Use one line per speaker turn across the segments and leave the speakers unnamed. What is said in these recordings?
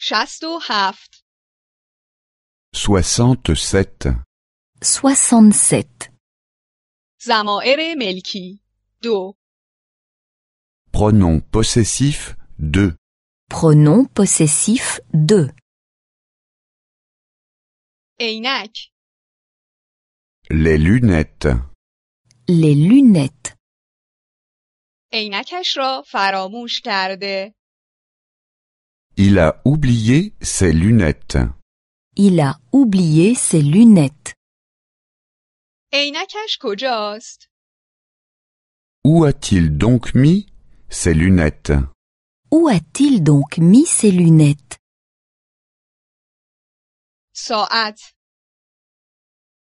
شست و هفت
67.
67.
زمائر ملکی دو
Pronom possessif de.
Pronom possessif de.
عینک
Les lunettes.
Les lunettes.
عینکش را فراموش کرده
Il a oublié ses lunettes.
Il a oublié ses lunettes.
عینکش کجاست
Où a-t-il donc mis ses lunettes
Où a-t-il donc mis ses lunettes
ساعت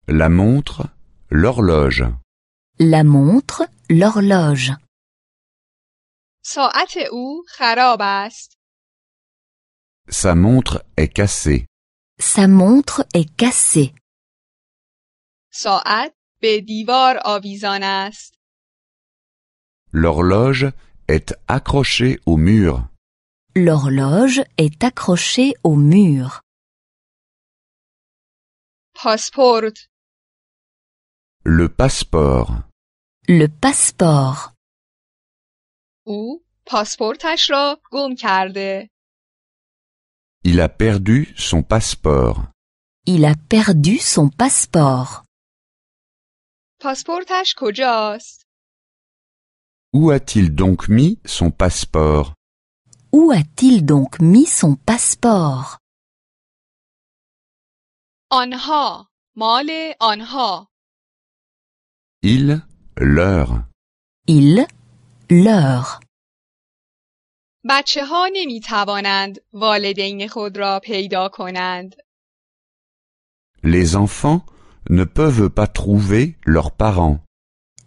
La montre, l'horloge.
La montre, l'horloge.
ساعت او خراب است
Sa montre est cassée.
Sa montre est cassée.
ساعت به دیوار آویزان است
L'horloge est accrochée au mur.
L'horloge est accrochée au mur.
پاسپورت
Le passeport.
Le passeport.
او پاسپورتش را گم کرده
Il a perdu son passeport.
Il a perdu son passeport.
پاسپورتش کجاست
Où a-t-il donc mis son passeport
Où a-t-il donc mis son passeport
آنها مال آنها
Il, leur.
Il, leur.
بچه ها نمی توانند والدین خود را پیدا کنند.
Les enfants ne peuvent pas trouver leurs parents.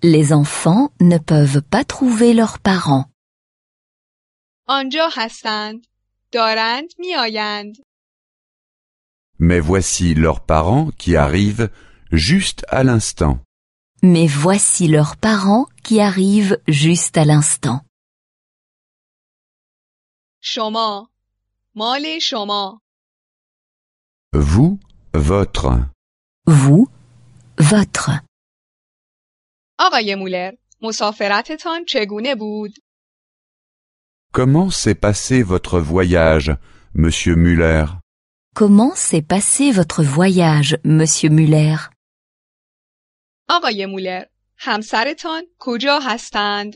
Les enfants ne peuvent pas trouver leurs parents.
آنجا هستند. دارند می آیند.
Mais voici leurs parents qui arrivent juste à l'instant.
Mais voici leurs parents qui arrivent juste à l'instant.
شما. مال شما.
Vous, votre.
Vous, votre.
آقای مولر، مسافرتتان چگونه بود؟
Comment s'est passé votre voyage, monsieur Muller
Comment s'est passé votre voyage, monsieur Muller
آقای مولر، همسرتان کجا هستند؟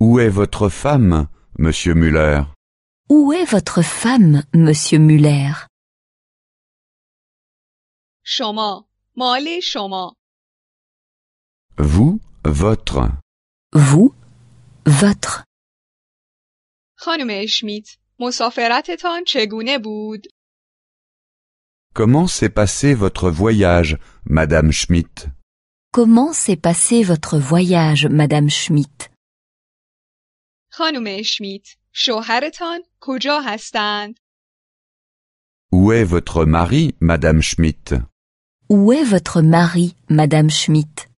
Où est votre femme, monsieur Muller
Où est votre femme, monsieur Muller
شما. مال شما.
Vous, votre.
Vous, votre.
خانم اشمیت، مسافرتتان چگونه بود؟
Comment s'est passé votre voyage, madame Schmidt
Comment s'est passé votre voyage, madame Schmidt
خانم اشمیت، شوهرتان کجا هستند؟
Où est votre mari, madame Schmidt
Où est votre mari, madame Schmidt